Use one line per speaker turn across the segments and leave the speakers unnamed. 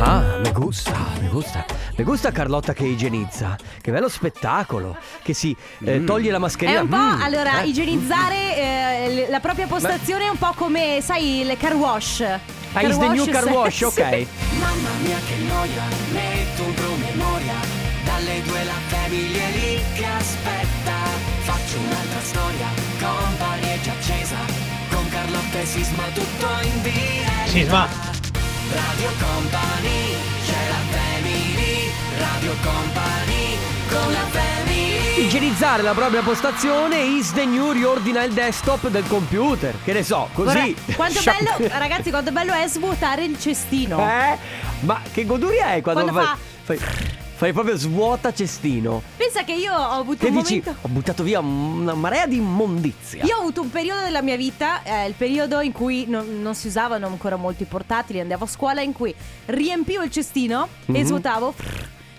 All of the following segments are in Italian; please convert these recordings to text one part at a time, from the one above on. Ah, mi gusta, mi gusta. Mi gusta Carlotta che igienizza. Che bello spettacolo. Che si eh, toglie la mascherina.
È un po',
Mm,
allora,
eh.
igienizzare eh, le- la propria postazione è un po' come, sai, il car wash.
Ah,
Car
is the new car
sì.
wash, ok.
Mamma mia che noia, metto un promemoria Dalle due la famiglia è lì che aspetta Faccio un'altra storia, company è già accesa Con Carlotta e Sisma tutto in diretta
Sisma.
Radio Company, c'è la family Radio Company, con la family
Igienizzare la propria postazione is the new riordina il desktop del computer. Che ne so, così.
Guarda, quanto
Sciac-
bello, ragazzi, quanto bello è svuotare il cestino.
Eh? Ma che goduria è quando,
Quando
fai, fai, fai proprio svuota cestino.
Pensa che io ho avuto
Che
un
dici?
momento.
Ho buttato via una marea di immondizia.
Io ho avuto un periodo della mia vita, eh, il periodo in cui non, non si usavano ancora molti portatili, andavo a scuola in cui riempivo il cestino
Mhm.
e svuotavo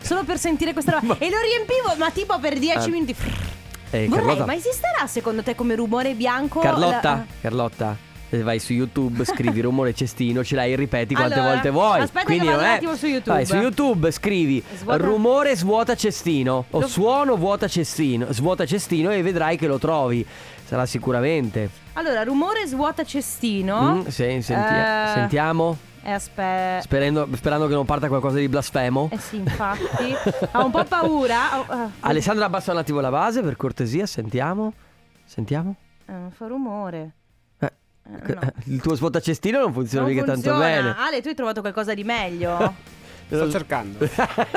solo per sentire questa roba. E lo riempivo, ma tipo per 10
Eh.
minuti.
Eh,
Vorrei,
Carlotta,
ma esisterà secondo te come rumore bianco?
Carlotta,
la-
Carlotta, eh, vai su YouTube, scrivi rumore cestino, ce l'hai e ripeti quante
Allora,
volte vuoi.
aspetta che
Quindi
vado
non
un
è-
attimo su YouTube.
Vai su YouTube, scrivi
Svuota-
rumore svuota cestino o
Lo-
suono vuota cestino, svuota cestino e vedrai che lo trovi. Sarà sicuramente.
Allora, rumore svuota cestino.
Mm, sì, senti-
Oh. Eh,
sentiamo.
Eh, aspetta.
Sperando- sperando che non parta qualcosa di blasfemo.
Eh sì, infatti. Ho un po' paura. Ho- ah,
Alessandra abbassa un attimo la base per cortesia, sentiamo. Sentiamo.
eh, non fa rumore.
Eh,
Eh, no.
Il tuo svuotacestino non funziona
Non
mica tanto
funziona.
bene.
Ale, tu hai trovato qualcosa di meglio?
Sto cercando.
Vabbè,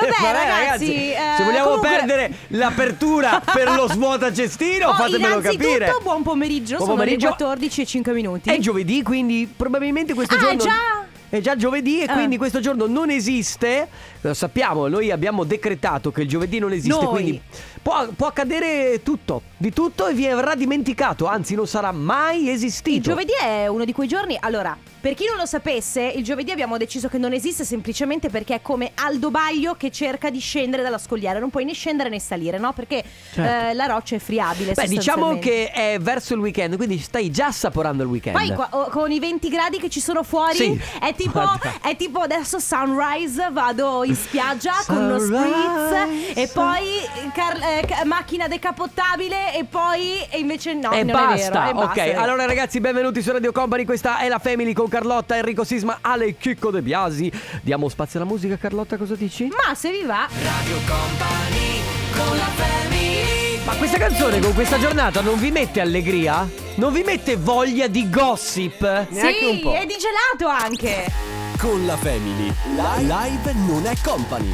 ragazzi, eh,
se vogliamo
comunque-
perdere l'apertura per lo svuotacestino,
Oh,
fatemelo
innanzitutto,
capire.
buon pomeriggio.
Buon
Sono
pomeriggio.
le 14 e 5 minuti.
È giovedì, quindi probabilmente questo
Ah, è
giorno.
già?
È già giovedì e
Ah.
quindi questo giorno non esiste. Lo sappiamo, noi abbiamo decretato che il giovedì non esiste,
Noi.
quindi può, può accadere tutto, di tutto e vi avrà dimenticato, anzi non sarà mai esistito.
Il giovedì è uno di quei giorni. Allora, per chi non lo sapesse, il giovedì abbiamo deciso che non esiste semplicemente perché è come Aldo Baglio che cerca di scendere dalla scogliera. Non puoi né scendere né salire, no? Perché
Certo.
eh, la roccia è friabile.
Beh, diciamo
sostanzialmente.
che è verso il weekend, quindi stai già assaporando il weekend.
Poi qua- o- con i 20 gradi che ci sono fuori
Sì.
è, tipo,
Guarda.
è tipo adesso sunrise, vado in spiaggia con uno
Sunrise.
spritz e poi car- eh, ca- macchina decappottabile e poi e invece no,
e
non
basta,
è vero. e
ok.
basta, eh. è vero.
Allora, ragazzi, benvenuti su Radio Company. Questa è la Family con Carlotta, Enrico Sisma, Ale e Chicco De Biasi. Diamo spazio alla musica, Carlotta, cosa dici?
Ma se vi va,
Radio Company, con la family
Ma questa canzone con questa giornata non vi mette allegria? Non vi mette voglia di gossip?
sì, è di gelato anche.
Con la Family. Live, non è company.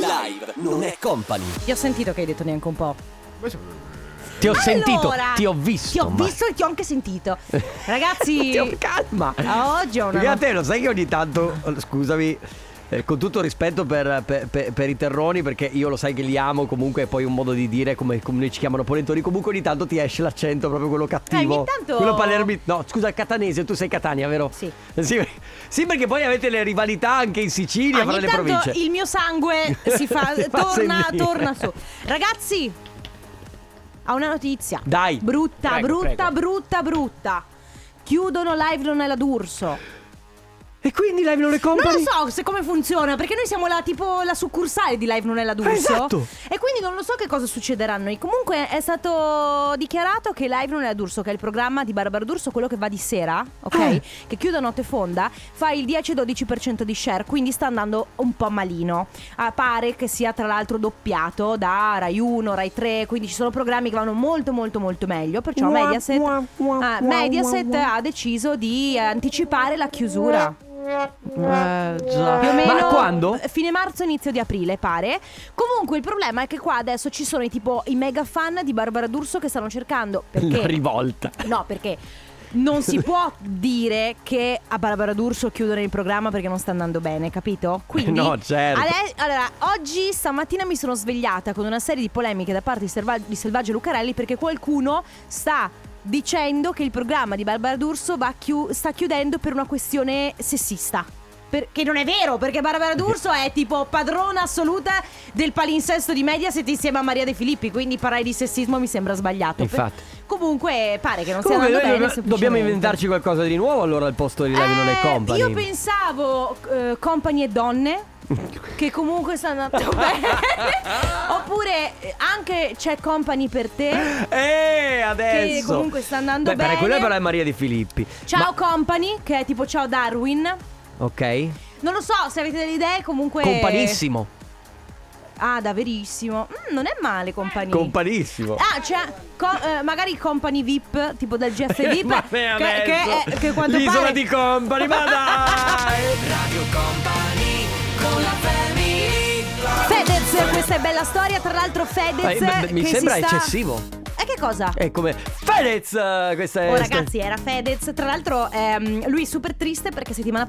Live non è company.
Ti ho sentito che hai detto neanche un po'.
Ti ho
Allora,
sentito, ti ho visto.
Ti ho
ma-
visto e ti ho anche sentito. Ragazzi,
Ti ho- calma.
a oggi è una
Perché a te lo sai che ogni tanto, scusami, eh, con tutto rispetto per, per- per- per i terroni, perché io lo sai che li amo, comunque è poi un modo di dire come, come noi ci chiamano polentoni, comunque ogni tanto ti esce l'accento proprio quello cattivo.
Eh, ogni tanto-
Quello palermi... No, scusa, il catanese, tu sei Catania, vero?
Sì.
Sì, sì, perché poi avete le rivalità anche in Sicilia, fra
Ogni
le
tanto
province.
il mio sangue si fa,
Si fa
torna,
sentire.
torna su. Ragazzi, ho una notizia.
Dai.
Brutta,
Prego, prego.
brutta, brutta, brutta. Chiudono live non è la d'Urso.
E quindi live non le company?
Non lo so se come funziona, perché noi siamo la, tipo la succursale di Live Non è la D'Urso.
Esatto.
E quindi non lo so che cosa succederà a noi. Comunque è stato dichiarato che Live Non è la D'Urso, che è il programma di Barbara D'Urso, quello che va di sera, ok?
Eh.
Che chiude a notte fonda, fa il 10-12% di share, quindi sta andando un po' malino. Ah, pare che sia tra l'altro doppiato da Rai 1, Rai 3, quindi ci sono programmi che vanno molto molto molto meglio, perciò Mediaset, Cioè, ah, Mediaset ha deciso di eh, anticipare la chiusura. Eh, Più o meno
Ma quando?
Fine marzo, inizio di aprile, pare. Comunque il problema è che qua adesso ci sono i tipo i mega fan di Barbara D'Urso che stanno cercando
La
perché
rivolta.
No, perché non si può dire che a Barbara D'Urso chiudono il programma perché non sta andando bene, capito? Quindi
Eh, No, certo.
ale- allora, oggi stamattina mi sono svegliata con una serie di polemiche da parte di, Serva- di Selvaggio Lucarelli perché qualcuno sta dicendo che il programma di Barbara D'Urso va chiu- sta chiudendo per una questione sessista. Perché non è vero, perché Barbara D'Urso è tipo padrona assoluta del palinsesto di Mediaset insieme a Maria De Filippi, quindi parlare di sessismo mi sembra sbagliato.
Infatti.
Comunque pare che non
Comunque,
sia
noi
andando
dobbiamo-
bene
dobbiamo
semplicemente.
inventarci qualcosa di nuovo allora al posto di Live non è
Eh,
company.
Io pensavo eh, company e donne. Che comunque stanno andando bene. Oppure eh, anche c'è company per te.
Eh, adesso.
Che comunque sta andando
Beh, Per
bene.
quello è per Maria Di Filippi.
Ciao company, che è tipo ciao Darwin.
Ma- ok.
Non lo so, se avete delle idee, comunque.
Companissimo.
Ah, da verissimo. Mm, non è male company.
Companissimo.
Ah, cioè, co- eh, magari company VIP, tipo del GF
Ma
VIP.
me
che,
adesso.
che, è- che quanto
L'isola
pare.
di company, ma dai.
Radio Company con la family
Fedez, questa è bella storia. Tra l'altro, Fedez.
Eh, beh, mi
che
sembra
si sta-
eccessivo. Eh,
E che cosa?
È come Fedez. eh, Questa è
Oh ragazzi era Fedez Tra l'altro ehm, lui è super triste perché settimana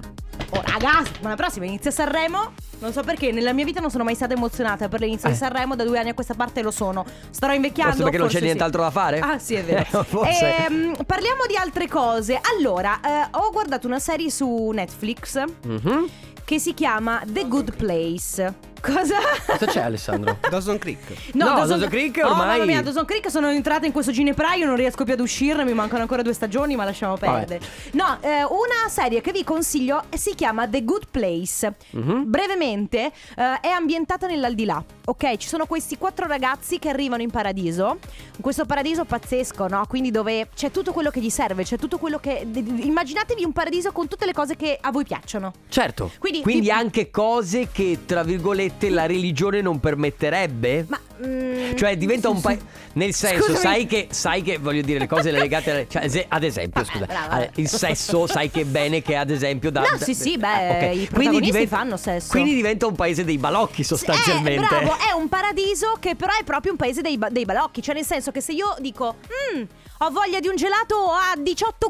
Oh ragazzi settimana prossima inizia Sanremo Non so perché nella mia vita non sono mai stata emozionata per l'inizio
Eh.
di Sanremo Da due anni a questa parte lo sono Starò invecchiando
Forse perché non c'è
sì.
nient'altro da fare?
Ah sì è vero
Eh, forse.
Ehm, Parliamo di altre cose Allora eh, ho guardato una serie su Netflix
Mhm.
Che si chiama The Good Place Cosa?
Cosa c'è Alessandro?
Dawson Creek.
No, Dawson Creek
Oh,
ormai-
mamma mia, Dawson Creek sono entrata in questo ginepraio, non riesco più ad uscirne, mi mancano ancora due stagioni, ma lasciamo perdere. No, eh, una serie che vi consiglio eh, si chiama The Good Place.
Mhm.
Brevemente, eh, è ambientata nell'aldilà. Ok, ci sono questi quattro ragazzi che arrivano in paradiso, in questo paradiso pazzesco, no? Quindi dove c'è tutto quello che gli serve, c'è tutto quello che... Immaginatevi un paradiso con tutte le cose che a voi piacciono.
Certo.
Quindi-
anche cose che, tra virgolette, la religione non permetterebbe?
Ma... mm,
Cioè diventa un paio. Nel senso,
Scusami.
sai che, sai che voglio dire le cose legate. alle- Cioè, se- ad esempio,
Vabbè,
scusa,
brava.
alle- il sesso, sai che bene che ad esempio da.
No,
da-
sì, sì,
ah,
beh,
ok.
i
Quindi
protagonisti
diventa-
fanno sesso.
Quindi diventa un paese dei balocchi, sostanzialmente.
È, eh, bravo, eh. è un paradiso che però è proprio un paese dei, ba- dei balocchi. Cioè, nel senso che se io dico, "Mm, ho voglia di un gelato a 18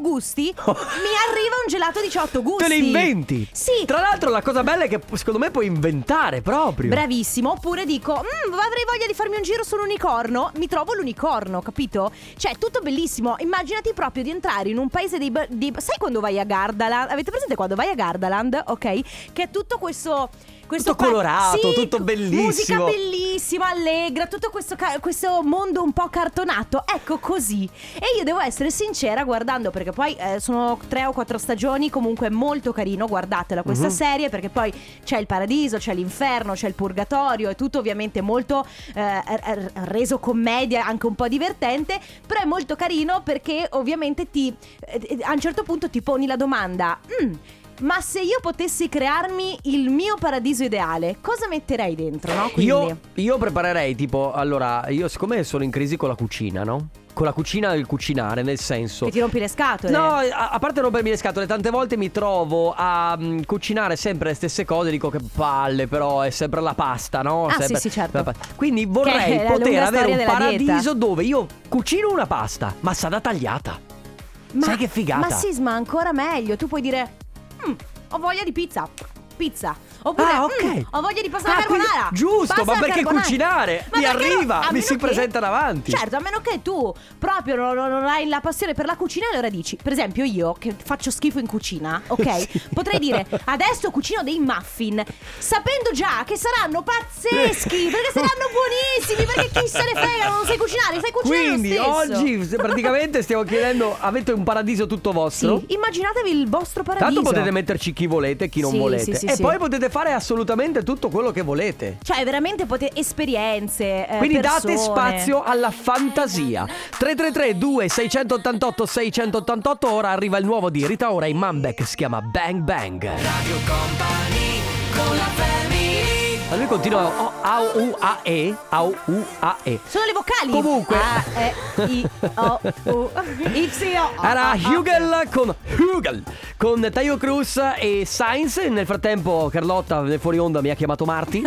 gusti, mi arriva un gelato a 18 gusti.
Te le inventi.
Sì.
Tra l'altro, la cosa bella è che secondo me puoi inventare proprio.
Bravissimo, oppure dico, "Mm, avrei voglia di farmi un giro sull'unicorno, mi trovo l'unicorno, capito? Cioè, tutto bellissimo, immaginati proprio di entrare in un paese dei... ba- dei- sai quando vai a Gardaland? Avete presente quando vai a Gardaland, ok? Che è tutto questo... questo
Tutto colorato,
sì,
tutto
cu-
bellissimo.
Musica bellissima, allegra, tutto questo, ca- questo mondo un po' cartonato, ecco così. E io devo essere sincera guardando, perché poi eh, sono tre o quattro stagioni, comunque è molto carino, guardatela questa
Mhm.
serie, perché poi c'è il paradiso, c'è l'inferno, c'è il purgatorio, è tutto ovviamente molto eh, r- r- reso commedia, anche un po' divertente, però è molto carino perché ovviamente ti, eh, eh, a un certo punto ti poni la domanda, "Mm, ma se io potessi crearmi il mio paradiso ideale, cosa metterei dentro? No? Quindi-
Io, io preparerei tipo, allora, io siccome sono in crisi con la cucina, no? Con la cucina e il cucinare, nel senso.
Che ti rompi le scatole.
No, a, a parte rompermi le scatole, tante volte mi trovo a mm, cucinare sempre le stesse cose, dico che palle, però è sempre la pasta, no?
Ah,
Sempre-
sì, sì, certo.
la pasta. Quindi
Che è
vorrei
la
poter
lunga
avere
storia
un
della
paradiso
dieta.
dove io cucino una pasta, ma sarà tagliata. sai che figata?
Ma sisma ancora meglio. Tu puoi dire: "Mm, ho voglia di pizza. Pizza. Oppure
Ah, ok.
"Mm, ho voglia di pasta alla
Ah, quindi-
carbonara.
giusto,
Pasta
ma
alla
perché
carbonara."
cucinare? Mi
perché no?
arriva,
A
mi
meno
si
che-
presenta davanti.
Certo, a meno che tu proprio non, non- non hai la passione per la cucina, allora dici: Per esempio, io che faccio schifo in cucina, ok?
Sì.
Potrei dire: Adesso cucino dei muffin, sapendo già che saranno pazzeschi, perché saranno buonissimi, perché chi se ne frega, non sai cucinare, sai cucinare lo
Quindi
stesso.
oggi se- praticamente stiamo chiedendo, avete un paradiso tutto vostro?
Sì, immaginatevi il vostro paradiso.
Tanto potete metterci chi volete e chi non
Sì,
volete.
sì, sì,
e
sì.
poi potete fare assolutamente tutto quello che volete.
Cioè, veramente potete esperienze. eh,
Quindi
persone.
date spazio alla fantasia. 333 2688 688 ora arriva il nuovo di Rita Ora in Manbeck si chiama Bang Bang.
Radio Company con la family
Ma lui continua oh, au u a e au u a e.
Sono le vocali.
Comunque.
A, E, I, O, U, Y, O.
Era
O, O.
Hugel con Hugel con Taio Cruz e Sainz. Nel frattempo Carlotta nel fuori onda mi ha chiamato Marti.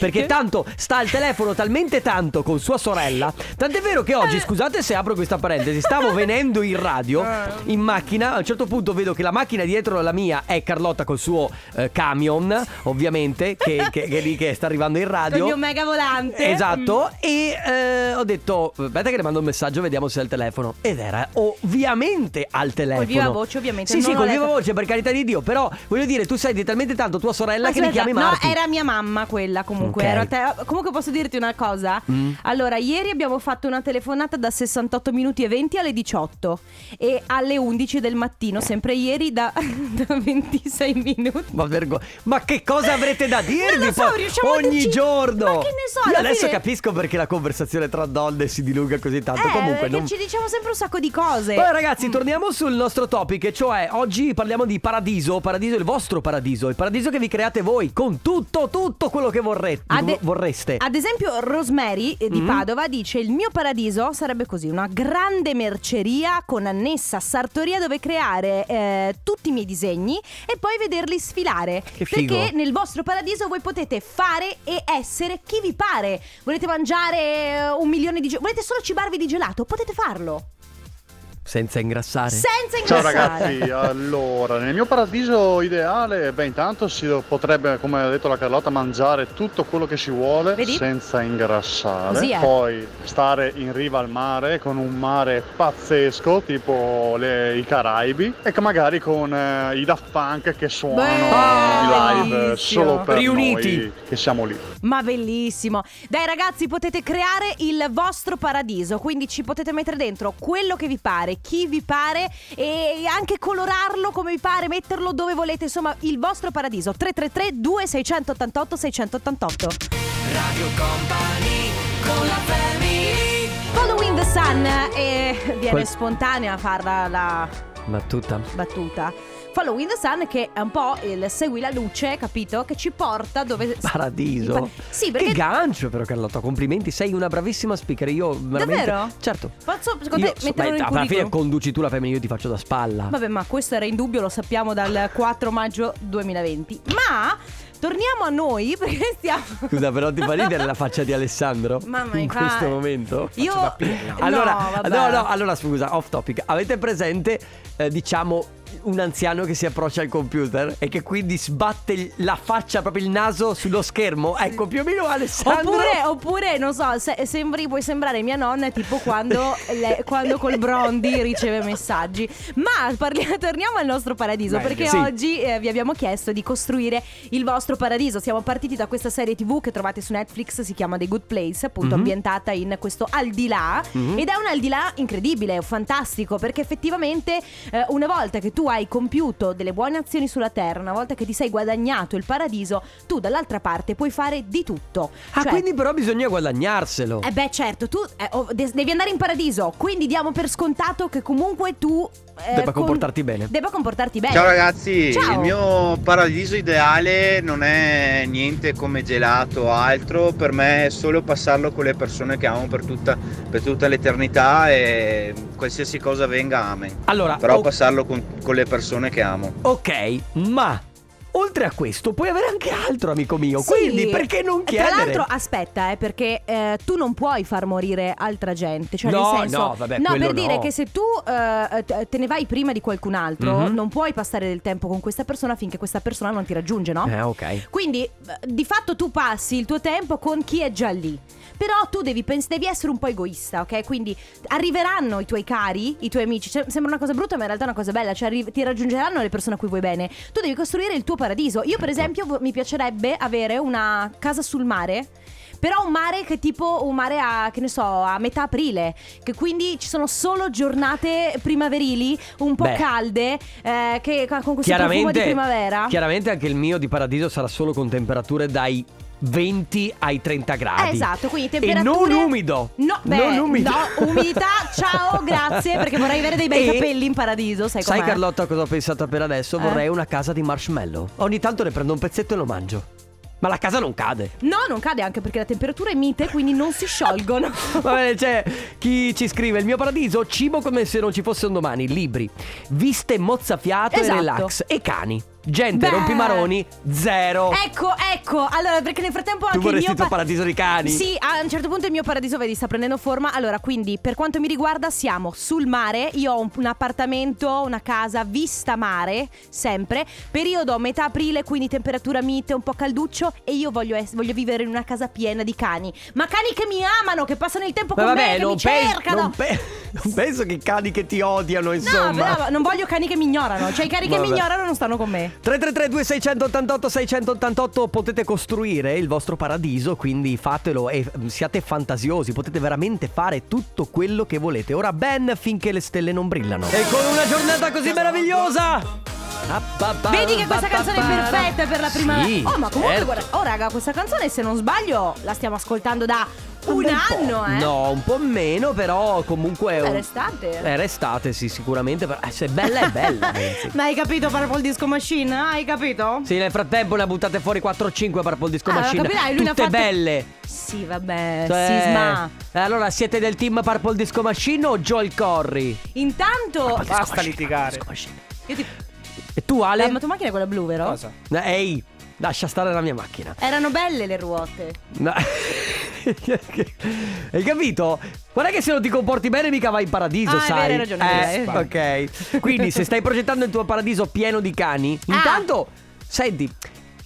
Perché tanto sta al telefono talmente tanto con sua sorella. Tant'è vero che
Eh.
oggi, scusate se apro questa parentesi, stavo venendo in radio
Eh.
in macchina. A un certo punto vedo che la macchina dietro la mia è Carlotta col suo eh, camion, ovviamente, che, che, che è lì che sta arrivando in
Con il
radio.
mio mega volante.
Esatto, e eh, ho detto, aspetta che le mando un messaggio, vediamo se è al telefono. Ed era ovviamente al telefono.
viva voce, ovviamente,
Sì,
non
sì,
l'ho
col
letto.
viva voce, per carità di Dio. Però, voglio dire, tu senti talmente tanto tua sorella che mi
Aspetta,
chiami
no,
Marti.
era mia mamma quella
Ok.
comunque.
Mm.
Ero a te- comunque posso dirti una cosa? Allora, ieri abbiamo fatto una telefonata da 68 minuti e 20 alle 18 e alle 11 del mattino, sempre ieri da, da 26 minuti.
Ma, vergo- ma che cosa avrete da dirvi
Non lo so,
poi
riusciamo a
ogni
deci-
giorno?
Ma che ne so,
Io
alla
adesso
fine-
capisco perché la conversazione tra donne si dilunga così tanto.
eh,
Comunque,
perché
non...
ci diciamo sempre un sacco di cose.
Poi ragazzi,
Mm.
torniamo sul nostro topic, cioè oggi parliamo di paradiso, paradiso il vostro paradiso, il paradiso che vi create voi con tutto, tutto quello che vorrete,
Ad-
vorreste. Mm-hmm.
Ad esempio, Rosemary eh, di Padova dice: Il mio paradiso sarebbe così: una grande merceria con annessa sartoria dove creare eh, tutti i miei disegni e poi vederli sfilare.
Che figo.
Perché nel vostro paradiso voi potete fare e essere chi vi pare. Volete mangiare eh, un milione di gelato? Volete solo cibarvi di gelato? Potete farlo.
Senza ingrassare.
Senza
Ciao
ingrassare.
ragazzi, allora nel mio paradiso ideale, beh intanto si potrebbe, come ha detto la Carlotta, mangiare tutto quello che si vuole
Vedi?
senza ingrassare,
Così è.
poi stare in riva al mare con un mare pazzesco tipo le- i Caraibi e che magari con eh, i Daft Punk che suonano i live
Bellissimo.
eh, solo per
Riuniti.
noi che siamo lì.
Ma bellissimo. Dai ragazzi, potete creare il vostro paradiso, quindi ci potete mettere dentro quello che vi pare, chi vi pare e anche colorarlo come vi pare, metterlo dove volete, insomma, il vostro paradiso. 333 2688 688.
Radio Company con la family
Following the Sun e viene
Quel-
spontanea a farla la
Ma tutta.
battuta. Following the Sun che è un po' il segui la luce, capito? Che ci porta dove
Paradiso.
Sì, perché
Che gancio però Carlotta, complimenti, sei una bravissima speaker. Io veramente
Davvero?
Certo.
Posso, secondo
Io
te,
so-
metterlo
beh,
in
alla fine
curriculum?
conduci tu la femmina, io ti faccio da spalla.
Vabbè, ma questo era in dubbio, lo sappiamo dal 4 maggio 2020. Ma torniamo a noi perché stiamo.
Scusa, però ti fa ridere la faccia di Alessandro
Mamma
in
fa-
questo momento?
Io. no,
Allora,
vabbè.
no, no, allora scusa, off topic. Avete presente, eh, diciamo, un anziano che si approccia al computer e che quindi sbatte il- la faccia, proprio il naso sullo schermo? Ecco, più o meno Alessandro.
Oppure, oppure, non so, se- sembri, puoi sembrare mia nonna, è tipo quando, le- quando col Brondi riceve messaggi. Ma parli- torniamo al nostro paradiso,
Meglio.
perché
Sì.
oggi eh, vi abbiamo chiesto di costruire il vostro paradiso. Siamo partiti da questa serie TV che trovate su Netflix, si chiama The Good Place, appunto
Mhm.
ambientata in questo al di là. Ed è un al di là incredibile, fantastico, perché effettivamente eh, una volta che tu hai compiuto delle buone azioni sulla terra, una volta che ti sei guadagnato il paradiso, tu dall'altra parte puoi fare di tutto.
Ah,
Cioè,
quindi però bisogna guadagnarselo.
eh beh certo, tu eh, oh, de- devi andare in paradiso, quindi diamo per scontato che comunque tu... eh,
Debba comportarti bene.
Debba comportarti bene.
Ciao ragazzi,
Ciao.
il mio paradiso ideale non è niente come gelato o altro, per me è solo passarlo con le persone che amo per tutta, per tutta l'eternità e qualsiasi cosa venga, amen.
Allora,
Però
o-
passarlo con, con le persone che amo.
ok, ma oltre a questo puoi avere anche altro, amico mio.
Sì.
Quindi perché non
Tra
chiedere?
l'altro aspetta, eh, perché eh, tu non puoi far morire altra gente. Cioè,
No,
nel senso,
no, vabbè,
no
quello
per dire
no.
che se tu eh, te te ne vai prima di qualcun altro,
Mhm.
non puoi passare del tempo con questa persona finché questa persona non ti raggiunge, no?
Eh, ok.
Quindi eh, di fatto tu passi il tuo tempo con chi è già lì. Però tu devi, pens- devi essere un po' egoista, ok? Quindi arriveranno i tuoi cari, i tuoi amici. Cioè, sembra una cosa brutta, ma in realtà è una cosa bella. Cioè, arri- ti raggiungeranno le persone a cui vuoi bene. Tu devi costruire il tuo paradiso. Io, per esempio, vo- mi piacerebbe avere una casa sul mare. Però un mare che tipo un mare a, che ne so, a metà aprile. Che quindi ci sono solo giornate primaverili, un po'
Beh.
calde, eh, che, con questo profumo di
chiaramente,
primavera.
chiaramente anche il mio di paradiso sarà solo con temperature dai 20 ai 30 gradi.
Eh, esatto, quindi
E
temperature
non umido.
No, beh,
non umido.
no, umidità, ciao, grazie, perché vorrei avere dei bei
E-
capelli in paradiso, sai
Sai
com'è?
Carlotta cosa ho pensato per adesso?
Eh?
Vorrei una casa di marshmallow. Ogni tanto ne prendo un pezzetto e lo mangio. Ma la casa non cade.
No, non cade anche perché la temperatura è mite, quindi non si sciolgono.
Va bene, c'è chi ci scrive il mio paradiso, cibo come se non ci fosse un domani, libri, viste mozzafiato
Esatto.
e relax e cani. Gente,
Beh.
rompimaroni, zero.
Ecco, ecco. Allora, perché nel frattempo anche
Oh. tu vorresti
il
il
mio
tuo
pa-
paradiso dei cani?
Sì, a un certo punto il mio paradiso, vedi, sta prendendo forma. Allora, quindi, per quanto mi riguarda, siamo sul mare. Io ho un, un appartamento, una casa vista mare, sempre. Periodo metà aprile, quindi temperatura mite, un po' calduccio. E io voglio, es- voglio vivere in una casa piena di cani. Ma cani che mi amano, che passano il tempo
Ma
con
vabbè,
me, che mi
non, pe-
cercano.
non pe- non penso che i cani che ti odiano,
No,
insomma.
però non voglio cani che mi ignorano. Cioè, i cani che mi
Vabbè.
ignorano non stanno con me.
333 2688 688 potete costruire il vostro paradiso, quindi fatelo e mm, siate fantasiosi, potete veramente fare tutto quello che volete. Ora ben finché le stelle non brillano. E con una giornata così meravigliosa!
Vedi che questa canzone è perfetta per la prima.
Sì,
oh, ma comunque,
certo.
guarda. Oh, raga, questa canzone, se non sbaglio, la stiamo ascoltando da un,
bel po'.
anno, eh.
No, un po' meno, però comunque è
È
un-
l'estate.
È restate, sì, sicuramente. però, eh, se è bella, Eh, è bella. Renzi.
Ma hai capito Purple Disco Machine? Hai capito?
Sì, nel frattempo ne ha buttate fuori 4-5 per Paul Disco
Ah,
Machine.
capirai, lui ne
Tutte
ha fatte-
belle.
Sì, vabbè,
Cioè,
sisma.
Allora, siete del team Purple Disco Machine o Joel Corry?
Oh, Intanto.
Basta litigare.
Io ti...
E tu, Ale?
La tua macchina è quella blu, vero?
Ah.
Ah,
Cosa?
No, Ehi, lascia stare la mia macchina.
Erano belle le ruote.
No. Hai capito? Guarda che se non ti comporti bene mica vai in paradiso,
Ah, è
sai.
vero, hai ragione,
Eh,
vero.
ok. Quindi se stai progettando il tuo paradiso pieno di cani,
Ah.
intanto senti,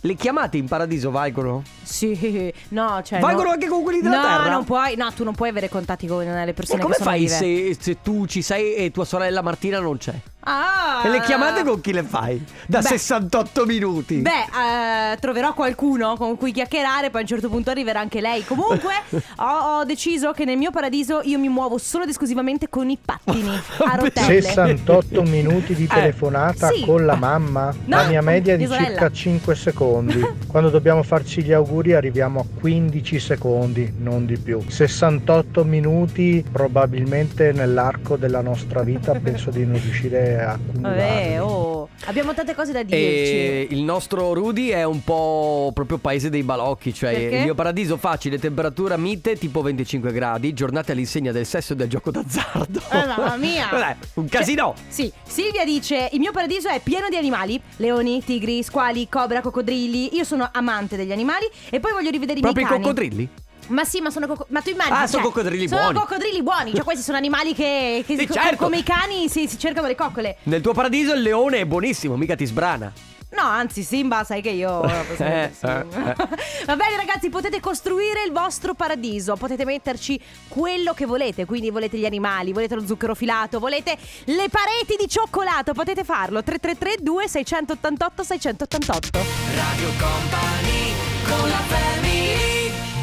le chiamate in paradiso valgono?
Sì, no, cioè.
Valgono
no-
anche con quelli della
no,
terra?
non puoi. No, tu non puoi avere contatti con le persone
e come
che sono
fai
vive.
se, se tu ci sei e tua sorella Martina non c'è?
Ah!
E le chiamate con chi le fai? Da
Beh.
68 minuti.
Beh, eh, troverò qualcuno con cui chiacchierare, poi a un certo punto arriverà anche lei. Comunque, ho, ho deciso che nel mio paradiso io mi muovo solo ed esclusivamente con i pattini a rotelle.
68 minuti di
Eh,
telefonata
sì.
con la mamma, la
No,
mia media è
mia
di
sorella.
circa 5 secondi. Quando dobbiamo farci gli auguri arriviamo a 15 secondi, non di più. 68 minuti probabilmente nell'arco della nostra vita penso di non riuscire a accumulare.
Vabbè, oh. Abbiamo tante cose da dirci.
E il nostro Rudy è un po' proprio paese dei balocchi, cioè
Perché?
il mio paradiso facile, temperatura mite tipo 25 gradi, giornate all'insegna del sesso e del gioco d'azzardo.
Ah, mamma mia. Cioè,
Vabbè, un casino!
Sì, Silvia dice: Il mio paradiso è pieno di animali: leoni, tigri, squali, cobra, coccodrilli. Io sono amante degli animali e poi voglio rivedere
Proprio
i
i
miei cani.
coccodrilli?
Ma sì, ma sono coco- ma tu immagini cioè,
Ah, sono coccodrilli
sono
buoni.
coccodrilli buoni, cioè questi sono animali che, che
Sì,
si- co-
certo.
come i cani si, si cercano le coccole.
Nel tuo paradiso il leone è buonissimo, mica ti sbrana.
No, anzi, Simba, sai che io.
Eh, eh, eh.
Va bene, ragazzi, potete costruire il vostro paradiso. Potete metterci quello che volete. Quindi, volete gli animali, volete lo zucchero filato, volete le pareti di cioccolato. Potete farlo. 333 688 688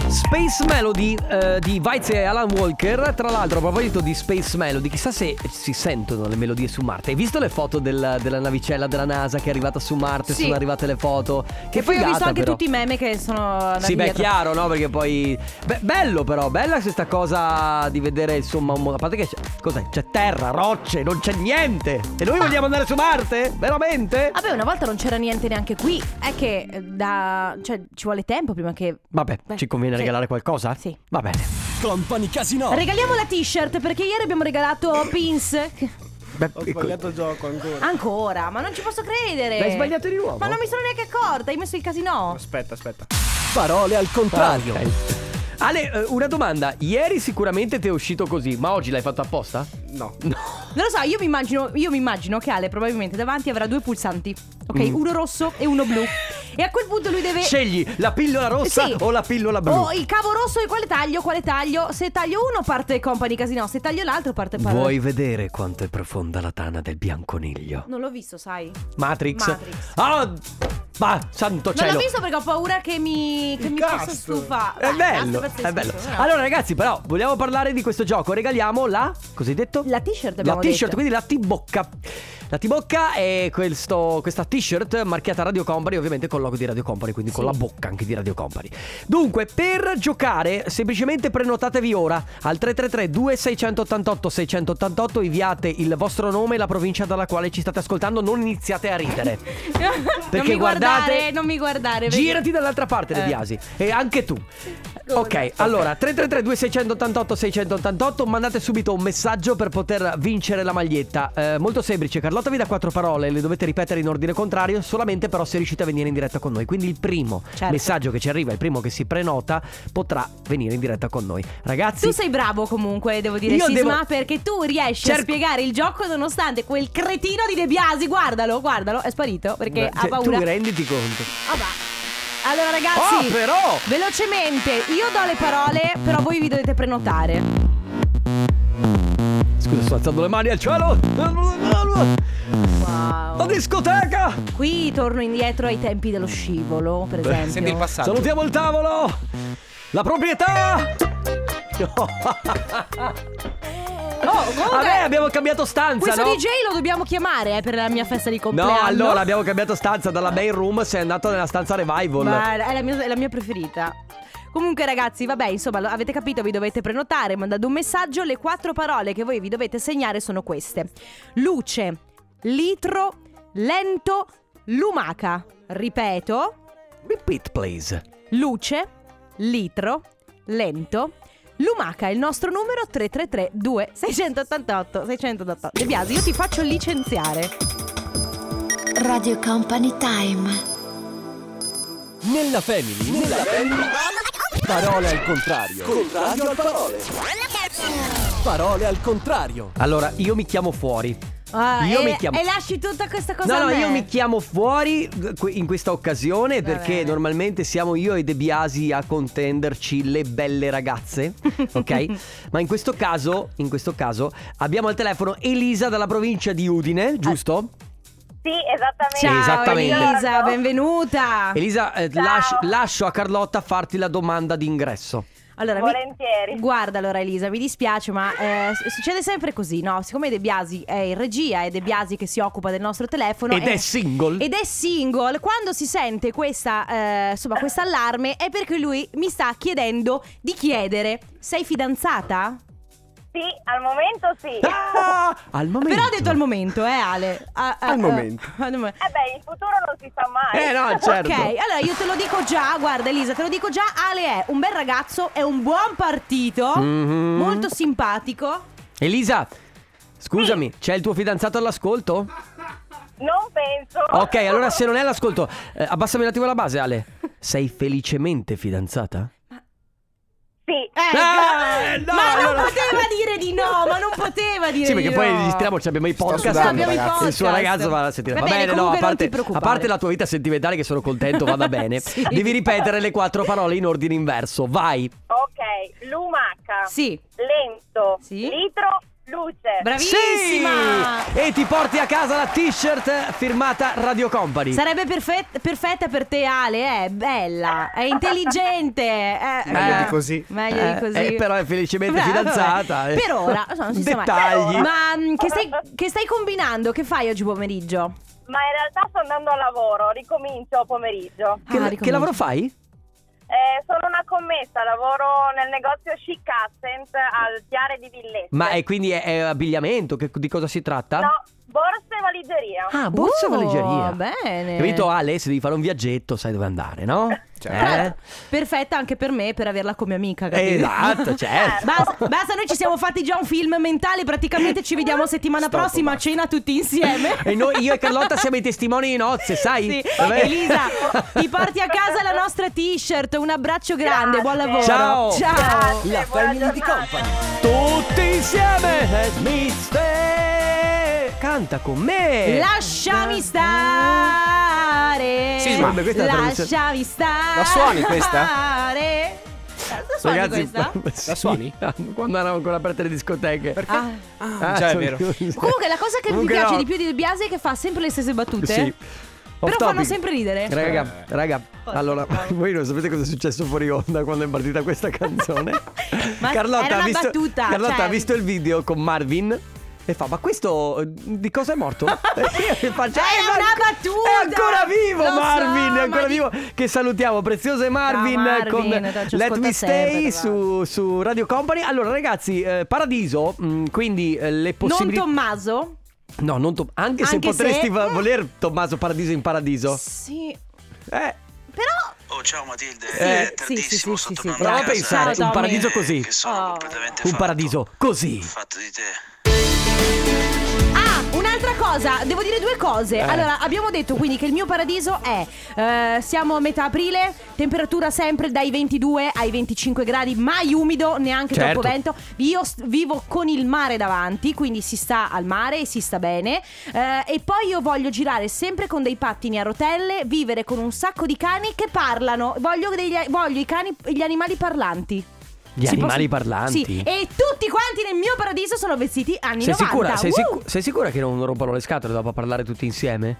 Space Melody eh, di Weitz e Alan Walker. Tra l'altro, a proposito di Space Melody, chissà se si sentono le melodie su Marte. Hai visto le foto del- della navicella della NASA che è arrivata su Marte?
Sì.
Sono arrivate le foto. Che
E poi ho
figata,
visto anche
però.
tutti i meme che sono andati
Sì, beh, è
dietro.
chiaro, no? Perché poi. Beh, bello, però, bella questa cosa di vedere, insomma, un mo- A parte che c'è. Cos'è? C'è terra, rocce, non c'è niente. E noi vogliamo andare su Marte? Veramente?
Vabbè, una volta non c'era niente neanche qui. È che eh, da. cioè, ci vuole tempo prima che.
Vabbè,
Beh,
ci conviene
sì.
regalare qualcosa?
Sì.
Va bene.
Company Casino.
Regaliamo la t-shirt perché ieri abbiamo regalato pins.
Beh, ecco.
Ho sbagliato gioco ancora.
Ancora, ma non ci posso credere.
L'hai sbagliato di nuovo?
Ma non mi sono neanche accorta, hai messo il casino.
Aspetta, aspetta.
Parole al contrario.
Ah, Ok. Ale, eh, una domanda. Ieri sicuramente ti è uscito così, ma oggi l'hai fatto apposta?
No.
Non lo so, io mi immagino, io mi immagino che Ale probabilmente davanti avrà due pulsanti. Ok,
Mm.
uno rosso e uno blu. E a quel punto lui deve.
Scegli la pillola rossa
Sì.
o la pillola blu.
Oh, il cavo rosso e quale taglio? Quale taglio? Se taglio uno parte Company Casino, se taglio l'altro parte Parole.
Vuoi vedere quanto è profonda la tana del bianconiglio?
Non l'ho visto, sai.
Cioè, Matrix.
Matrix.
Ah, ma santo
Non
cielo.
l'ho visto Ah, perché ho paura che mi, che mi possa
cast.
stufare.
È
Beh,
bello,
cast, pazzesco, eh.
è bello.
no.
Allora ragazzi, però, vogliamo parlare di questo gioco. Regaliamo la cosiddetto
La t-shirt
La
abbiamo
t-shirt,
detto.
quindi la T-bocca. La T-bocca è questo- questa t-shirt marchiata Radio Company, ovviamente col logo di Radio Company, quindi con la bocca anche di Radio Company. Dunque, per giocare, semplicemente prenotatevi ora al 333-2688-688, inviate il vostro nome e la provincia dalla quale ci state ascoltando, non iniziate a ridere.
non mi guardate guardare, non mi guardare, vedi?
Girati dall'altra parte, De
Eh.
Biasi. E anche tu. Ok, allora 333 2688 688 mandate subito un messaggio per poter vincere la maglietta. Eh, molto semplice, Carlotta vi dà quattro parole, le dovete ripetere in ordine contrario, solamente però se riuscite a venire in diretta con noi. Quindi il primo
Certo.
messaggio che ci arriva, il primo che si prenota, potrà venire in diretta con noi. Ragazzi,
Tu sei bravo comunque, devo dire,
Io
Sisma,
devo- Certo.
perché tu riesci a
Cerco-
spiegare il gioco nonostante quel cretino di De Biasi, guardalo, guardalo, è sparito perché
cioè,
ha paura.
tu renditi conto.
Ah, va. Allora
Oh,
ragazzi,
però!
velocemente, io do le parole, però voi vi dovete prenotare.
Scusa, sto alzando le mani al cielo. La
Wow.
discoteca!
Qui torno indietro ai tempi dello scivolo, per esempio.
Senti il passaggio.
Salutiamo il tavolo! La proprietà!
Oh, comunque,
Vabbè, abbiamo cambiato stanza,
questo
no?
DJ lo dobbiamo chiamare eh, per la mia festa di compleanno.
No, allora abbiamo cambiato stanza dalla main room, sei andato nella stanza revival.
Ma è la, mia, è la mia preferita. Comunque ragazzi, vabbè, insomma, lo- avete capito, vi dovete prenotare, mandate un messaggio, le quattro parole che voi vi dovete segnare sono queste. Luce, litro, lento, lumaca. Ripeto,
Repeat, please.
luce, litro, lento, lumaca. Il nostro numero 333 688 688. De Biasi, io ti faccio licenziare.
Radio Company Time.
Nella family, nella family. Parole al contrario. Contrario al parole. Parole al contrario.
Allora, io mi chiamo fuori.
Ah,
Io
e,
mi chiamo-
e lasci tutta questa cosa
no,
a
no,
me.
io mi chiamo fuori que- in questa occasione
Va
perché
bene.
normalmente siamo io e De Biasi a contenderci le belle ragazze, ok? Ma in questo caso, in questo caso abbiamo al telefono Elisa dalla provincia di Udine, giusto?
Sì, esattamente.
Sì,
Eh, Ciao
esattamente.
Elisa, benvenuta.
Elisa, eh,
Ciao.
lasci- lascio a Carlotta farti la domanda d'ingresso.
Allora, mi-
Volentieri.
Guarda allora Elisa, mi dispiace ma eh, s- succede sempre così, no? Siccome De Biasi è in regia, è De Biasi che si occupa del nostro telefono
Ed
e-
è single.
eh, Ed è single, quando si sente questa, eh, insomma, questo allarme è perché lui mi sta chiedendo di chiedere, sei fidanzata?
Sì, al momento sì.
Ah, al momento.
Però ha detto al momento, eh Ale? Ah, ah,
Al
ah,
momento.
al momento.
Eh beh, il futuro non si sa mai.
Eh no, certo.
Ok, allora io te lo dico già, guarda Elisa, te lo dico già, Ale è un bel ragazzo, è un buon partito,
Mhm.
molto simpatico.
Elisa, scusami, c'è il tuo fidanzato all'ascolto?
Non penso.
Ok, allora se non è all'ascolto, eh, abbassami un attimo la base, Ale. Sei felicemente fidanzata?
Sì.
Eh,
Eh, no,
ma non
allora-
poteva dire di no, ma non poteva dire
Sì,
di
perché
no.
poi distriamo, cioè abbiamo i podcast.
sudando,
Abbiamo i
ragazzi.
podcast.
Il suo ragazzo va a sentire.
Va bene,
no, a
comunque non
parte,
ti preoccupare.
a parte la tua vita sentimentale, che sono contento, vada bene.
Sì.
Devi ripetere le quattro parole in ordine inverso. Vai.
Ok, lumaca.
Sì.
Lento.
Sì.
Litro. Luce.
Bravissima!
Sì! E ti porti a casa la t-shirt firmata Radio Company.
Sarebbe perfet- perfetta per te Ale, è bella, è intelligente. è-
Meglio di
così.
Meglio
Eh,
di così.
eh, però è felicemente
Beh,
fidanzata. eh.
vabbè. Per ora, insomma, non si sa mai.
Dettagli.
Ma mm, che stai, che stai combinando? Che fai oggi pomeriggio?
Ma in realtà sto andando al lavoro, ricomincio pomeriggio.
Che,
Ah,
che
ricomincio.
lavoro fai?
Eh, sono una commessa, lavoro nel negozio Chic Accent al Chiare di Villette.
Ma è, quindi è, è abbigliamento? Che- di cosa si tratta?
No, borse e valigeria.
Ah, borsa
Oh,
valigeria.
bene.
Capito Ale, se devi fare un viaggetto sai dove andare, no?
Certo. Perfetta anche per me per averla come amica.
Eh?
capito?
Esatto, certo.
Basta, basta, noi ci siamo fatti già un film mentale, praticamente ci vediamo settimana prossima a cena tutti insieme.
E noi, io e Carlotta siamo i testimoni di nozze, sai? Eh
Sì.
Vabbè.
Elisa, ti porti a casa la nostra t-shirt. Un abbraccio grande, buon
Grazie.
lavoro.
Ciao.
Ciao.
La family di company.
Tutti insieme, let me stay. Canta con me.
Lasciami stare.
Sisma,
questa è la traduzione.
Lasciami stare.
La suoni questa?
La suoni
Ragazzi,
questa?
sì,
La suoni?
Quando erano ancora aperte le discoteche. Perché?
Ah.
già è vero.
Comunque la cosa che
Comunque
mi piace
no.
di più di De Biasi è che fa sempre le stesse battute.
Sì.
Però
Off
fanno
topic.
sempre ridere.
Raga, raga, allora, voi non sapete cosa è successo fuori onda quando è partita questa canzone.
Ma era una battuta,
Carlotta
cioè-
ha visto il video con Marvin e fa, ma questo eh, di cosa è morto? E io faccio,
Era
"Eh, ma
una
anco-
battuta!"
È ancora vivo
Lo so,
Marvin, è
ma
ancora
di-
vivo. Che salutiamo, preziose Marvin, eh,
Marvin,
con
dai, ci
Let
ascolta
Me Stay
sempre,
su, su Radio Company. Allora ragazzi, eh, Paradiso, mh, quindi eh, le
Non
possibilità...
Tommaso?
no, non Tom- anche,
Anche
se potresti
se- Eh.
va- voler Tommaso Paradiso in Paradiso.
Sì.
Eh.
Oh, ciao Matilde,
Sì,
è
sì,
tardissimo, sto tornando
Prova a
a casa.
pensare, un paradiso così.
Che sono completamente
Un
fatto.
paradiso così.
Fatto di te.
Ah, un'altra cosa, devo dire due cose.
Eh.
Allora, abbiamo detto quindi che il mio paradiso è eh, siamo a metà aprile, temperatura sempre dai 22 ai 25 gradi, mai umido, neanche
Certo.
troppo vento. Io s- vivo con il mare davanti, quindi si sta al mare e si sta bene. Eh, e poi io voglio girare sempre con dei pattini a rotelle, vivere con un sacco di cani che parlano. Voglio, degli, voglio i cani, gli animali parlanti.
Gli
Si
animali
posso-
parlanti?
Sì, e tutti quanti nel mio paradiso sono vestiti anni
Sei
90.
sicura, sei,
Woo!
sicu- sei sicura che non rompano le scatole dopo a parlare tutti insieme?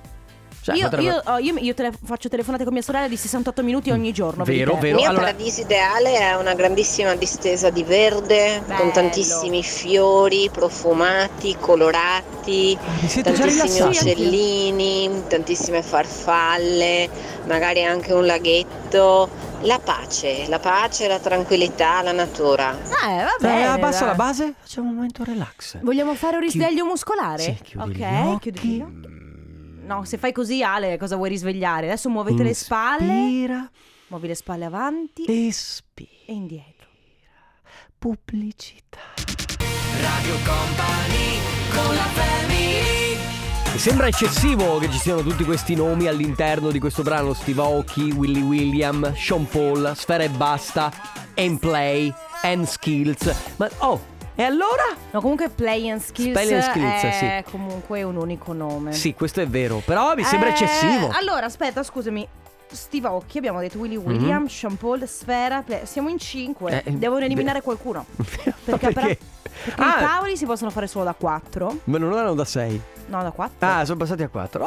Cioè,
io,
potrebbe-
io- oh, io- io tele- faccio telefonate con mia sorella di 68 minuti ogni giorno.
Vero,
vedete.
vero.
Il mio
Allora-
paradiso ideale è una grandissima distesa di verde con tantissimi fiori profumati, colorati,
Ah,
siete già
tantissimi
rilassati.
uccellini, tantissime farfalle, magari anche un laghetto. La pace, la pace, la tranquillità, la natura.
Eh, va
Dai,
bene,
abbassa
dai.
Cioè, la base, facciamo un momento relax.
Vogliamo fare un
Chiudi-
risveglio muscolare?
Sì, chiudi
ok,
gli occhi.
chiudi gli occhi. No, se fai così, Ale, cosa vuoi risvegliare? Adesso muovete le spalle. Muovi le spalle avanti. E indietro.
Pubblicità.
Radio Company con la family
Mi sembra eccessivo che ci siano tutti questi nomi all'interno di questo brano: Steve Aoki, Willy William, Sean Paul, Sfera e Basta, and Play, and Skills. Ma oh, e allora?
No, comunque Play and Skills,
Play and Skills,
è comunque un unico nome.
Sì, questo è vero, però mi sembra
Eh,
eccessivo. Mhm.
Allora, aspetta, scusami. Steve Occhi, abbiamo detto Willy William, Sean Paul, Sfera. Ple- Siamo in cinque.
Eh,
Devono
beh.
eliminare qualcuno. Perché, però- perché
Ah.
i tavoli si possono fare solo da quattro.
Ma non erano da 6.
No, da 4.
Ah, sono passati a 4.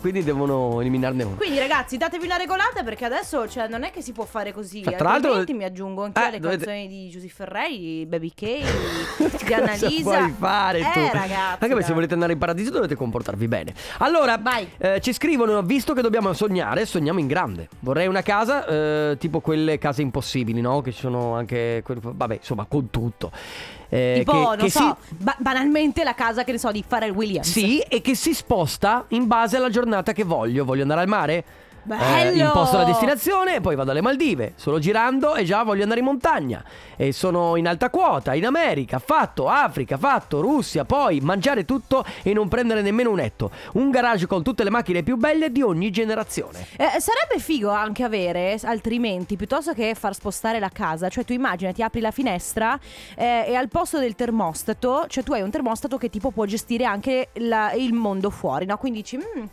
quindi devono eliminarne uno.
Quindi ragazzi datevi una regolata perché adesso cioè, non è che si può fare così.
Tra-
Tra
tra l'altro-
Altrimenti mi aggiungo anche
Eh,
alle
dovete-
canzoni di Giuseppe Ferrei, di Baby K, di
Cosa
Annalisa.
puoi fare
eh,
tu?
ragazzi.
Anche perché se volete andare in paradiso dovete comportarvi bene. Allora, eh, ci scrivono, visto che dobbiamo sognare, sogniamo in grande. Vorrei una casa eh, tipo quelle case impossibili, no? Che ci sono anche... quel- Vabbè, insomma, con tutto. Eh,
Tipo,
che-
non
che
so, ba- banalmente la casa che ne so di Pharrell Williams.
si- sì, e che si sposta in base alla giornata che voglio. Voglio andare al mare?
Bello!
Eh, imposto la destinazione, poi vado alle Maldive. Solo girando e già voglio andare in montagna. E sono in alta quota, in America, fatto, Africa, fatto, Russia, poi mangiare tutto e non prendere nemmeno un etto. Un garage con tutte le macchine più belle di ogni generazione.
Eh, sarebbe figo anche avere, altrimenti, piuttosto che far spostare la casa, cioè tu immagina, ti apri la finestra eh, e al posto del termostato, cioè tu hai un termostato che tipo può gestire anche la- il mondo fuori, no? Quindi dici... "Mm,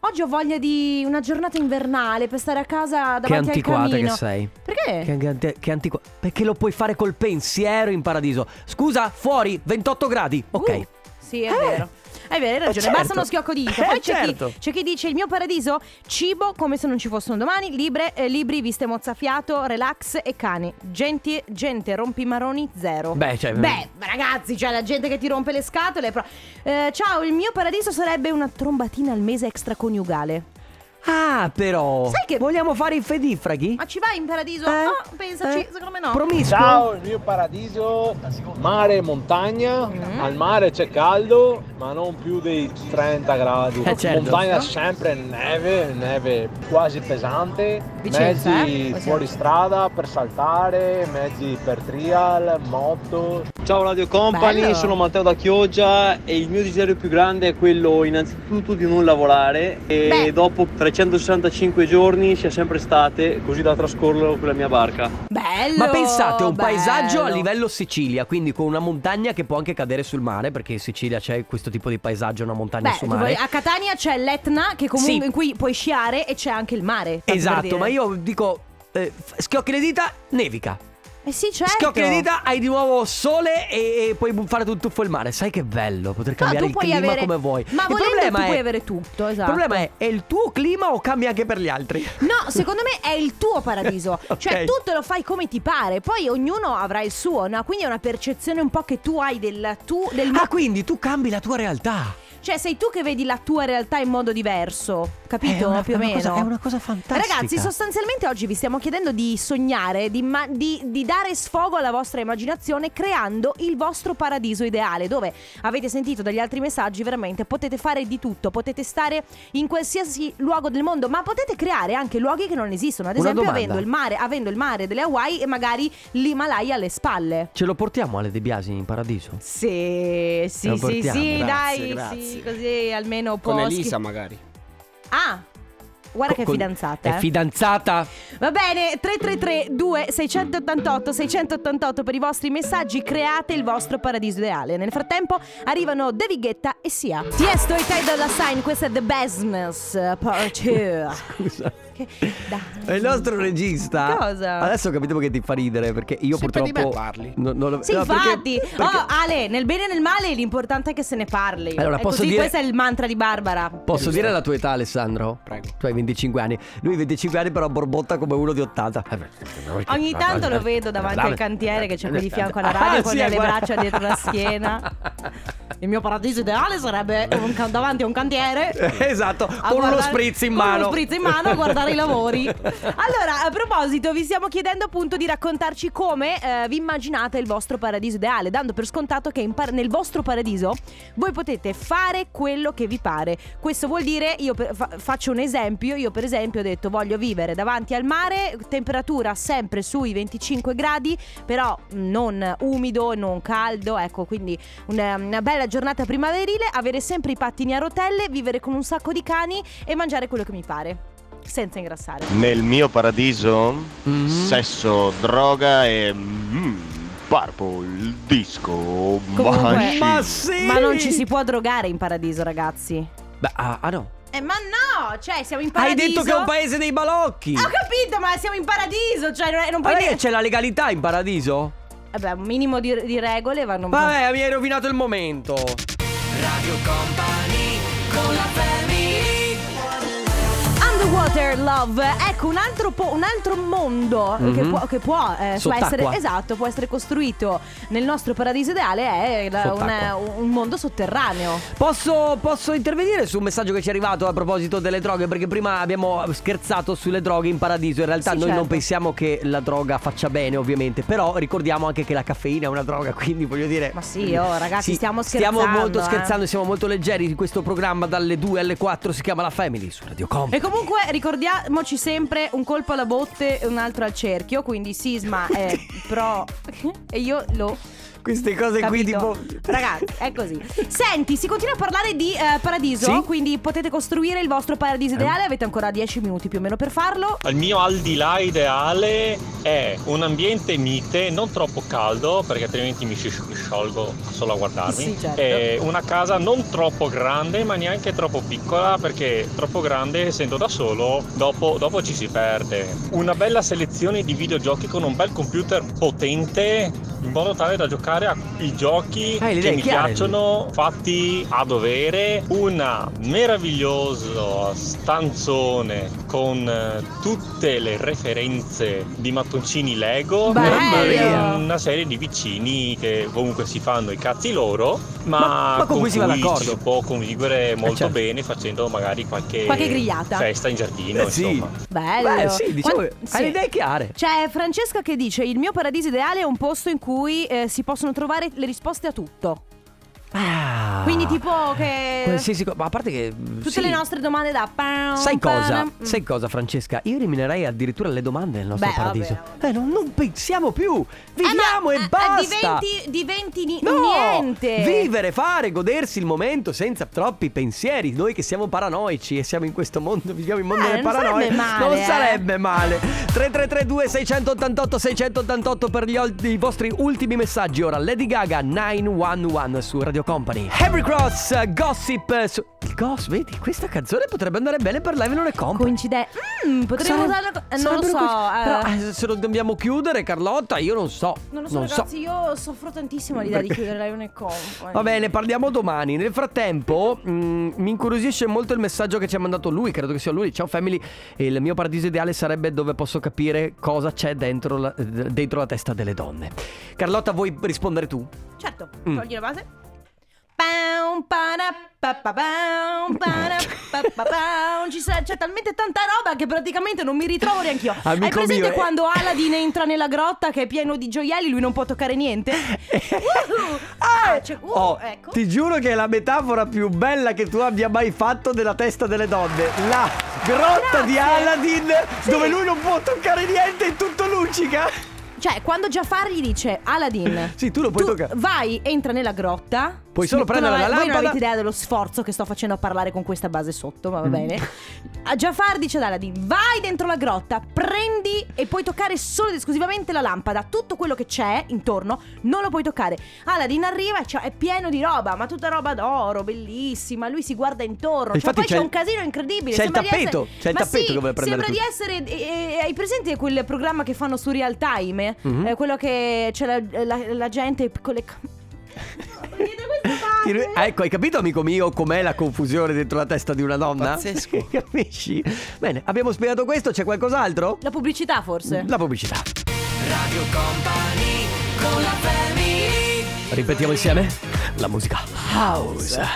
Oggi ho voglia di una giornata invernale per stare a casa davanti
Che antiquata
al camino. Eh.
che sei.
Perché?
Che, anti- che antiqua- Perché lo puoi fare col pensiero in paradiso. Scusa, fuori 28 gradi.
Uh.
Ok. Eh.
Sì, è vero. È vero, hai ragione.
certo.
Basta uno schiocco di dita. Poi
Eh,
c'è,
certo.
chi, c'è chi dice: Il mio paradiso, cibo come se non ci fossero domani, libre, eh, libri, viste mozzafiato, relax e cani. Gente, gente rompimaroni zero.
Beh, cioè-
Beh, ragazzi, cioè la gente che ti rompe le scatole. però- Eh, ciao, il mio paradiso sarebbe una trombatina al mese extraconiugale.
Ah, però.
Sai che-
Vogliamo fare i fedifraghi?
Ma ci vai in paradiso?
Eh.
Oh, pensaci, secondo me no.
Ciao, il mio paradiso, mare e montagna,
Mm-hmm.
al mare c'è caldo, ma non più dei 30 gradi.
Eh, certo.
Montagna sempre neve, neve quasi pesante,
Vicenza,
mezzi
eh? Possiamo-
fuori strada per saltare, mezzi per trial, moto.
Ciao Radio Company,
Bello.
sono Matteo da Chioggia e il mio desiderio più grande è quello innanzitutto di non lavorare e dopo 365 giorni sia sempre estate così da trascorrerlo con la mia barca.
Bello.
Ma pensate, un paesaggio a
bello.
livello Sicilia, quindi con una montagna che può anche cadere sul mare, perché in Sicilia c'è questo tipo di paesaggio, una montagna
Beh, eh,
su
tu
mare.
vuoi- a Catania c'è l'Etna, che comunque
Sì.
in cui puoi sciare e c'è anche il mare. tanto per
Esatto,
dire.
ma io dico, eh, f- schiocchi le dita, nevica.
Eh sì, certo.
Schiocchi le dita, hai di nuovo sole e, e puoi bu- fare un tuffo al mare. Sai che bello poter cambiare
tu
il
puoi
clima
avere-
come vuoi.
Ma
il
volendo
problema
tu
è,
puoi avere tutto,
Il
esatto.
problema è, è il tuo clima o cambia anche per gli altri?
No, secondo me è il tuo paradiso.
Ok.
Cioè, tu te lo fai come ti pare, poi ognuno avrà il suo, no? Quindi è una percezione un po' che tu hai del tu del
Ah, quindi tu cambi la tua realtà.
Cioè, sei tu che vedi la tua realtà in modo diverso, capito?
È una-
Più o
è una
meno.
cosa- è una cosa fantastica.
Ragazzi, sostanzialmente oggi vi stiamo chiedendo di sognare, di, imma- di- di dare sfogo alla vostra immaginazione creando il vostro paradiso ideale, dove avete sentito dagli altri messaggi, veramente potete fare di tutto, potete stare in qualsiasi luogo del mondo, ma potete creare anche luoghi che non esistono, ad
Una
esempio
domanda.
avendo il mare, avendo il mare delle Hawaii e magari l'Himalaya alle spalle.
Ce lo portiamo alle De Biasi in paradiso?
Sì, sì,
Lo
sì,
portiamo.
sì,
Grazie,
dai,
grazie.
sì, così almeno può
Con
schi-
Elisa magari.
Ah, guarda che
Con-
fidanzata.
è
eh.
fidanzata.
Va bene, 333 2688 688 per i vostri messaggi, create il vostro paradiso ideale. Nel frattempo arrivano David Guetta e Sia. Tiesto e Ted Dalla Sign, questa è The Business Part 2.
Scusa. E il nostro regista.
Cosa?
Adesso capitevo che ti fa ridere perché io
Sempre di
purtroppo.
me parli.
Non, non lo-
Sì,
no, perché-
infatti. Oh, Ale, nel bene e nel male l'importante è che se ne parli.
Allora,
E
posso
così
dire-
questo è il mantra di Barbara.
Posso dire la tua età, Alessandro? Prego. Tu hai 25 anni. Lui 25 anni, però borbotta come uno di 80.
Ogni tanto
eh,
lo vedo davanti al cantiere che c'è qui di fianco alla radio
Ah,
con
sì,
le
guarda.
braccia dietro la schiena. Il mio paradiso ideale sarebbe un ca- davanti a un cantiere.
Esatto,
a
con uno
guardare-
spritz in
Con
mano.
uno spritz in mano a guardare i lavori. Allora, a proposito, vi stiamo chiedendo appunto di raccontarci come eh, vi immaginate il vostro paradiso ideale, dando per scontato che in par- nel vostro paradiso voi potete fare quello che vi pare. Questo vuol dire, io per- fa- faccio un esempio, io per esempio ho detto voglio vivere davanti al mare, temperatura sempre sui 25 gradi, però non umido, non caldo, ecco, quindi una, una bella giornata primaverile, avere sempre i pattini a rotelle, vivere con un sacco di cani e mangiare quello che mi pare. Senza ingrassare.
Nel mio paradiso,
Mm-hmm.
sesso, droga e mm, purple, disco,
Comunque,
banshee.
ma non ci si può drogare in paradiso, ragazzi.
Beh, ah, ah, no.
Eh, ma no, cioè, siamo in
Hai
paradiso. Ah,
detto che è un paese dei balocchi.
Ho capito, ma siamo in paradiso, cioè non, è- non
Ma non
puoi
è che
dire...
c'è la legalità in paradiso?
Eh beh, un minimo di, di regole vanno
Vabbè, mi hai rovinato il momento.
Underwater Love, ecco un altro, po- un altro mondo
Mhm.
che può, che può, eh, può
Sott'acqua.
essere esatto, può essere costruito nel nostro paradiso ideale, è la-
Sott'acqua.
un, un mondo sotterraneo.
Posso, posso intervenire su un messaggio che ci è arrivato a proposito delle droghe? Perché prima abbiamo scherzato sulle droghe in paradiso. In realtà
Sì,
noi non
certo.
pensiamo che la droga faccia bene, ovviamente. Però ricordiamo anche che la caffeina è una droga, quindi voglio dire. Ma
sì, oh, ragazzi, stiamo scherzando,
Stiamo molto
eh.
scherzando, siamo molto leggeri. Questo programma dalle 2 alle 4 si chiama La Family su Radio Com.
E comunque ricordiamoci sempre un colpo alla botte e un altro al cerchio, quindi Sisma è pro e io lo...
Queste cose qui
Capito?
tipo.
Ragazzi, è così. Senti, si continua a parlare di eh, paradiso,
Sì.
quindi potete costruire il vostro paradiso ideale, avete ancora 10 minuti più o meno per farlo.
Il mio al di là ideale è un ambiente mite, non troppo caldo, perché altrimenti mi sci- sciolgo solo a guardarmi.
Sì, certo.
E Eh, una casa non troppo grande, ma neanche troppo piccola, perché troppo grande, essendo da solo, dopo, dopo ci si perde. Una bella selezione di videogiochi con un bel computer potente, in modo tale da giocare a i giochi
Ah, le idee
che mi
chiare.
piacciono, fatti a dovere. Una meravigliosa stanzone con eh, tutte le referenze di mattoncini Lego
Bello!
e una serie di vicini che comunque si fanno i cazzi loro, ma,
Ma- ma con
con
cui si va d'accordo.
ci si può convivere molto
certo.
bene facendo magari qualche,
Qualche grigliata.
festa in giardino,
Eh sì.
insomma.
Bello.
Beh, sì, diciamo
Quan-
che hai le idee chiare.
C'è Francesca che dice: Il mio paradiso ideale è un posto in cui eh, si possono trovare le risposte a tutto.
Ah.
Quindi, tipo, che.
Qualsiasi cosa. Ma a parte che. mm,
Tutte
sì.
le nostre domande da. pam,
Sai cosa?
pam.
Sai cosa, Francesca? Io eliminerei addirittura le domande nel nostro
Mm. Beh, Eh,
paradiso. Eh, non, non pensiamo più. Viviamo e
Ah,
basta.
diventi, diventi ni-
No!
niente.
Vivere, fare, godersi il momento senza troppi pensieri. Noi che siamo paranoici e siamo in questo mondo, viviamo in mondo
Eh,
delle
non
paranoie.
sarebbe male,
non
eh.
sarebbe male. 3332 688 688 per gli ol- i vostri ultimi messaggi. Ora Lady Gaga 911 su Radio Company. Harry Cross eh, Gossip eh, su Il Gossip, vedi, questa canzone potrebbe andare bene per Live non è Company.
Coincide. Mm, potremmo
Sareb-
usarlo- eh, non lo
sarebbero
so.
coinc-
eh,
Però eh, se lo dobbiamo chiudere, Carlotta, io non so.
non lo so, ragazzi. Io soffro tantissimo l'idea di chiudere la eh. Ione Company.
Va bene, parliamo domani. Nel frattempo, mm, mi incuriosisce molto il messaggio che ci ha mandato lui. Credo che sia lui. Ciao, family. Il mio paradiso ideale sarebbe dove posso capire cosa c'è dentro la, dentro la testa delle donne. Carlotta, vuoi rispondere tu?
Certo,
Mm.
togli la base. pam, para, pa, pa, pam, para, pa, pa, pam. Ci sa- c'è talmente tanta roba che praticamente non mi ritrovo neanche io.
Amico
Hai presente
mio, eh.
quando Aladdin entra nella grotta che è pieno di gioielli, lui non può toccare niente? Uhu. Ah, c'è- uh,
Oh,
ecco.
ti giuro che è la metafora più bella che tu abbia mai fatto della testa delle donne. La grotta di
Grazie.
Aladdin
Sì.
dove lui non può toccare niente e tutto luccica.
Cioè, quando Jafar gli dice Aladdin,
Sì, tu lo puoi toccare.
vai, entra nella grotta.
Puoi solo
Tu
prendere
non-
la
Voi non
lampada.
avete idea dello sforzo che sto facendo a parlare con questa base sotto, ma va
Mm.
bene. A Jafar dice ad Aladdin: Vai dentro la grotta, prendi e puoi toccare solo ed esclusivamente la lampada. Tutto quello che c'è intorno non lo puoi toccare. Aladdin arriva e c'ha- è pieno di roba, ma tutta roba d'oro, bellissima. Lui si guarda intorno.
E
Cioè,
infatti
poi c'è,
c'è-
un casino incredibile.
c'è il
Sembra di
tappeto,
essere-
c'è il
Ma
tappeto
sì,
che vuole prendere
Sembra di essere. eh, eh, hai presente quel programma che fanno su Real Time?
Mhm.
Eh, quello che c'è la, la- la gente con le. ca-
Ti- Ecco, hai capito, amico mio, com'è la confusione dentro la testa di una donna? Pazzesco. Capisci? Bene, abbiamo spiegato questo, c'è qualcos'altro?
La pubblicità, forse?
La pubblicità.
Radio Company con la family
Ripetiamo insieme? La musica house.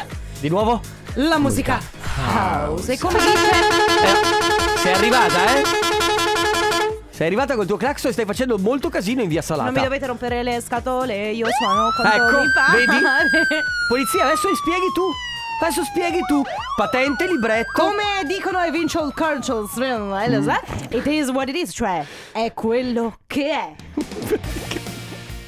Di nuovo?
La musica house. E come dice.
Sei arrivata, eh? Sei arrivata col tuo clacson e stai facendo molto casino in via Salata.
Non mi dovete rompere le scatole, io suono quando
Ecco,
mi pare.
vedi? Polizia, adesso li spieghi tu. Adesso spieghi tu. Patente, libretto.
Come dicono Evincial Cultures,
Mm.
it is what it is, cioè è quello che è.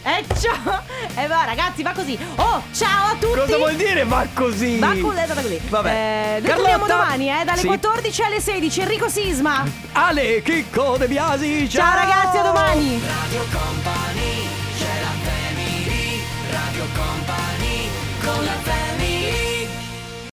E ciao! E va ragazzi, va così! Oh, ciao a tutti!
Cosa vuol dire va così?
Va così, è andata così.
Vabbè.
Eh, noi torniamo
Carlotta?
domani, eh, dalle
Sì.
14 alle 16. Enrico Sisma.
Ale, Chicco De Biasi. Ciao,
Ciao ragazzi, a domani.
Radio Company c'è la family Radio Company con la family